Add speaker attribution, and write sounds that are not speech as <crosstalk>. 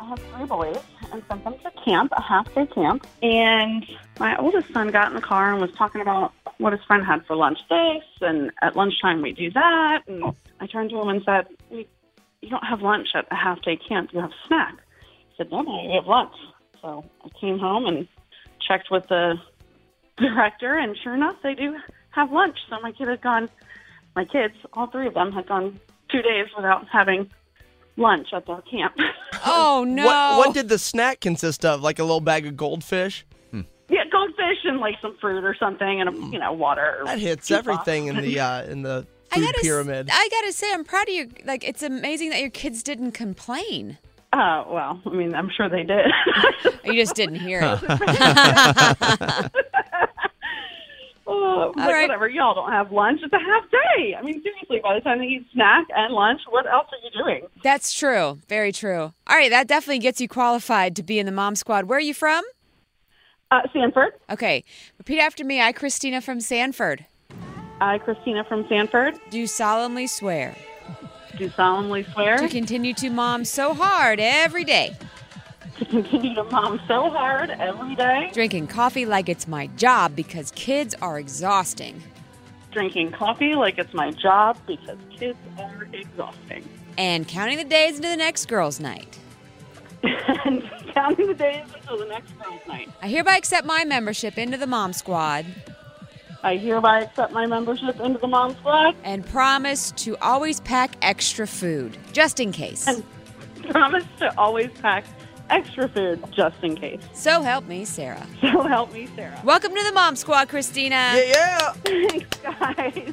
Speaker 1: has three boys and sent them to camp, a half day camp. And my oldest son got in the car and was talking about what his friend had for lunch this, and at lunchtime we do that. And I turned to him and said, "You you don't have lunch at a half day camp, you have snack. He said, No, no, we have lunch. So I came home and checked with the <laughs> director, and sure enough, they do have lunch. So my kid had gone, my kids, all three of them, had gone two days without having lunch at their camp. <laughs>
Speaker 2: Oh no!
Speaker 3: What what did the snack consist of? Like a little bag of goldfish?
Speaker 1: yeah, goldfish and like some fruit or something, and a, you know, water. or
Speaker 3: Mm. That hits
Speaker 1: pizza.
Speaker 3: everything in the uh, in the
Speaker 2: I
Speaker 3: food
Speaker 2: gotta, s- uh,
Speaker 3: pyramid.
Speaker 2: I gotta say, I'm proud of you. Like, it's amazing that your kids didn't complain.
Speaker 1: Oh well, I mean, I'm sure they did.
Speaker 3: <laughs>
Speaker 1: <laughs>
Speaker 2: You just didn't hear it.
Speaker 1: oh, but
Speaker 2: right.
Speaker 1: Whatever, y'all don't have lunch. It's a half day. I mean, seriously, by the time they eat snack and lunch, what else are you doing?
Speaker 2: That's true. Very true. All right, that definitely gets you qualified to be in the mom squad. Where are you from?
Speaker 1: Uh, Sanford.
Speaker 2: Okay, repeat after me. I, Christina from Sanford,
Speaker 1: I, Christina from Sanford,
Speaker 2: do solemnly swear
Speaker 1: do solemnly swear
Speaker 2: to continue to mom so hard every day,
Speaker 1: to continue to mom so hard every day,
Speaker 2: drinking coffee like it's my job because kids are exhausting,
Speaker 1: drinking coffee like it's my job because kids are exhausting,
Speaker 2: and counting the days into the next girls' night.
Speaker 1: and counting the days until the next girls' night.
Speaker 2: I hereby accept my membership into the mom squad
Speaker 1: I hereby accept my membership into the Mom Squad
Speaker 2: and promise to always pack extra food just in case.
Speaker 1: and <laughs> promise to always pack extra food just in case.
Speaker 2: So help me, Sarah.
Speaker 1: So help me, Sarah. <laughs>
Speaker 2: Welcome to the mom squad, Christina.
Speaker 3: yeah, yeah.
Speaker 1: Thanks, guys.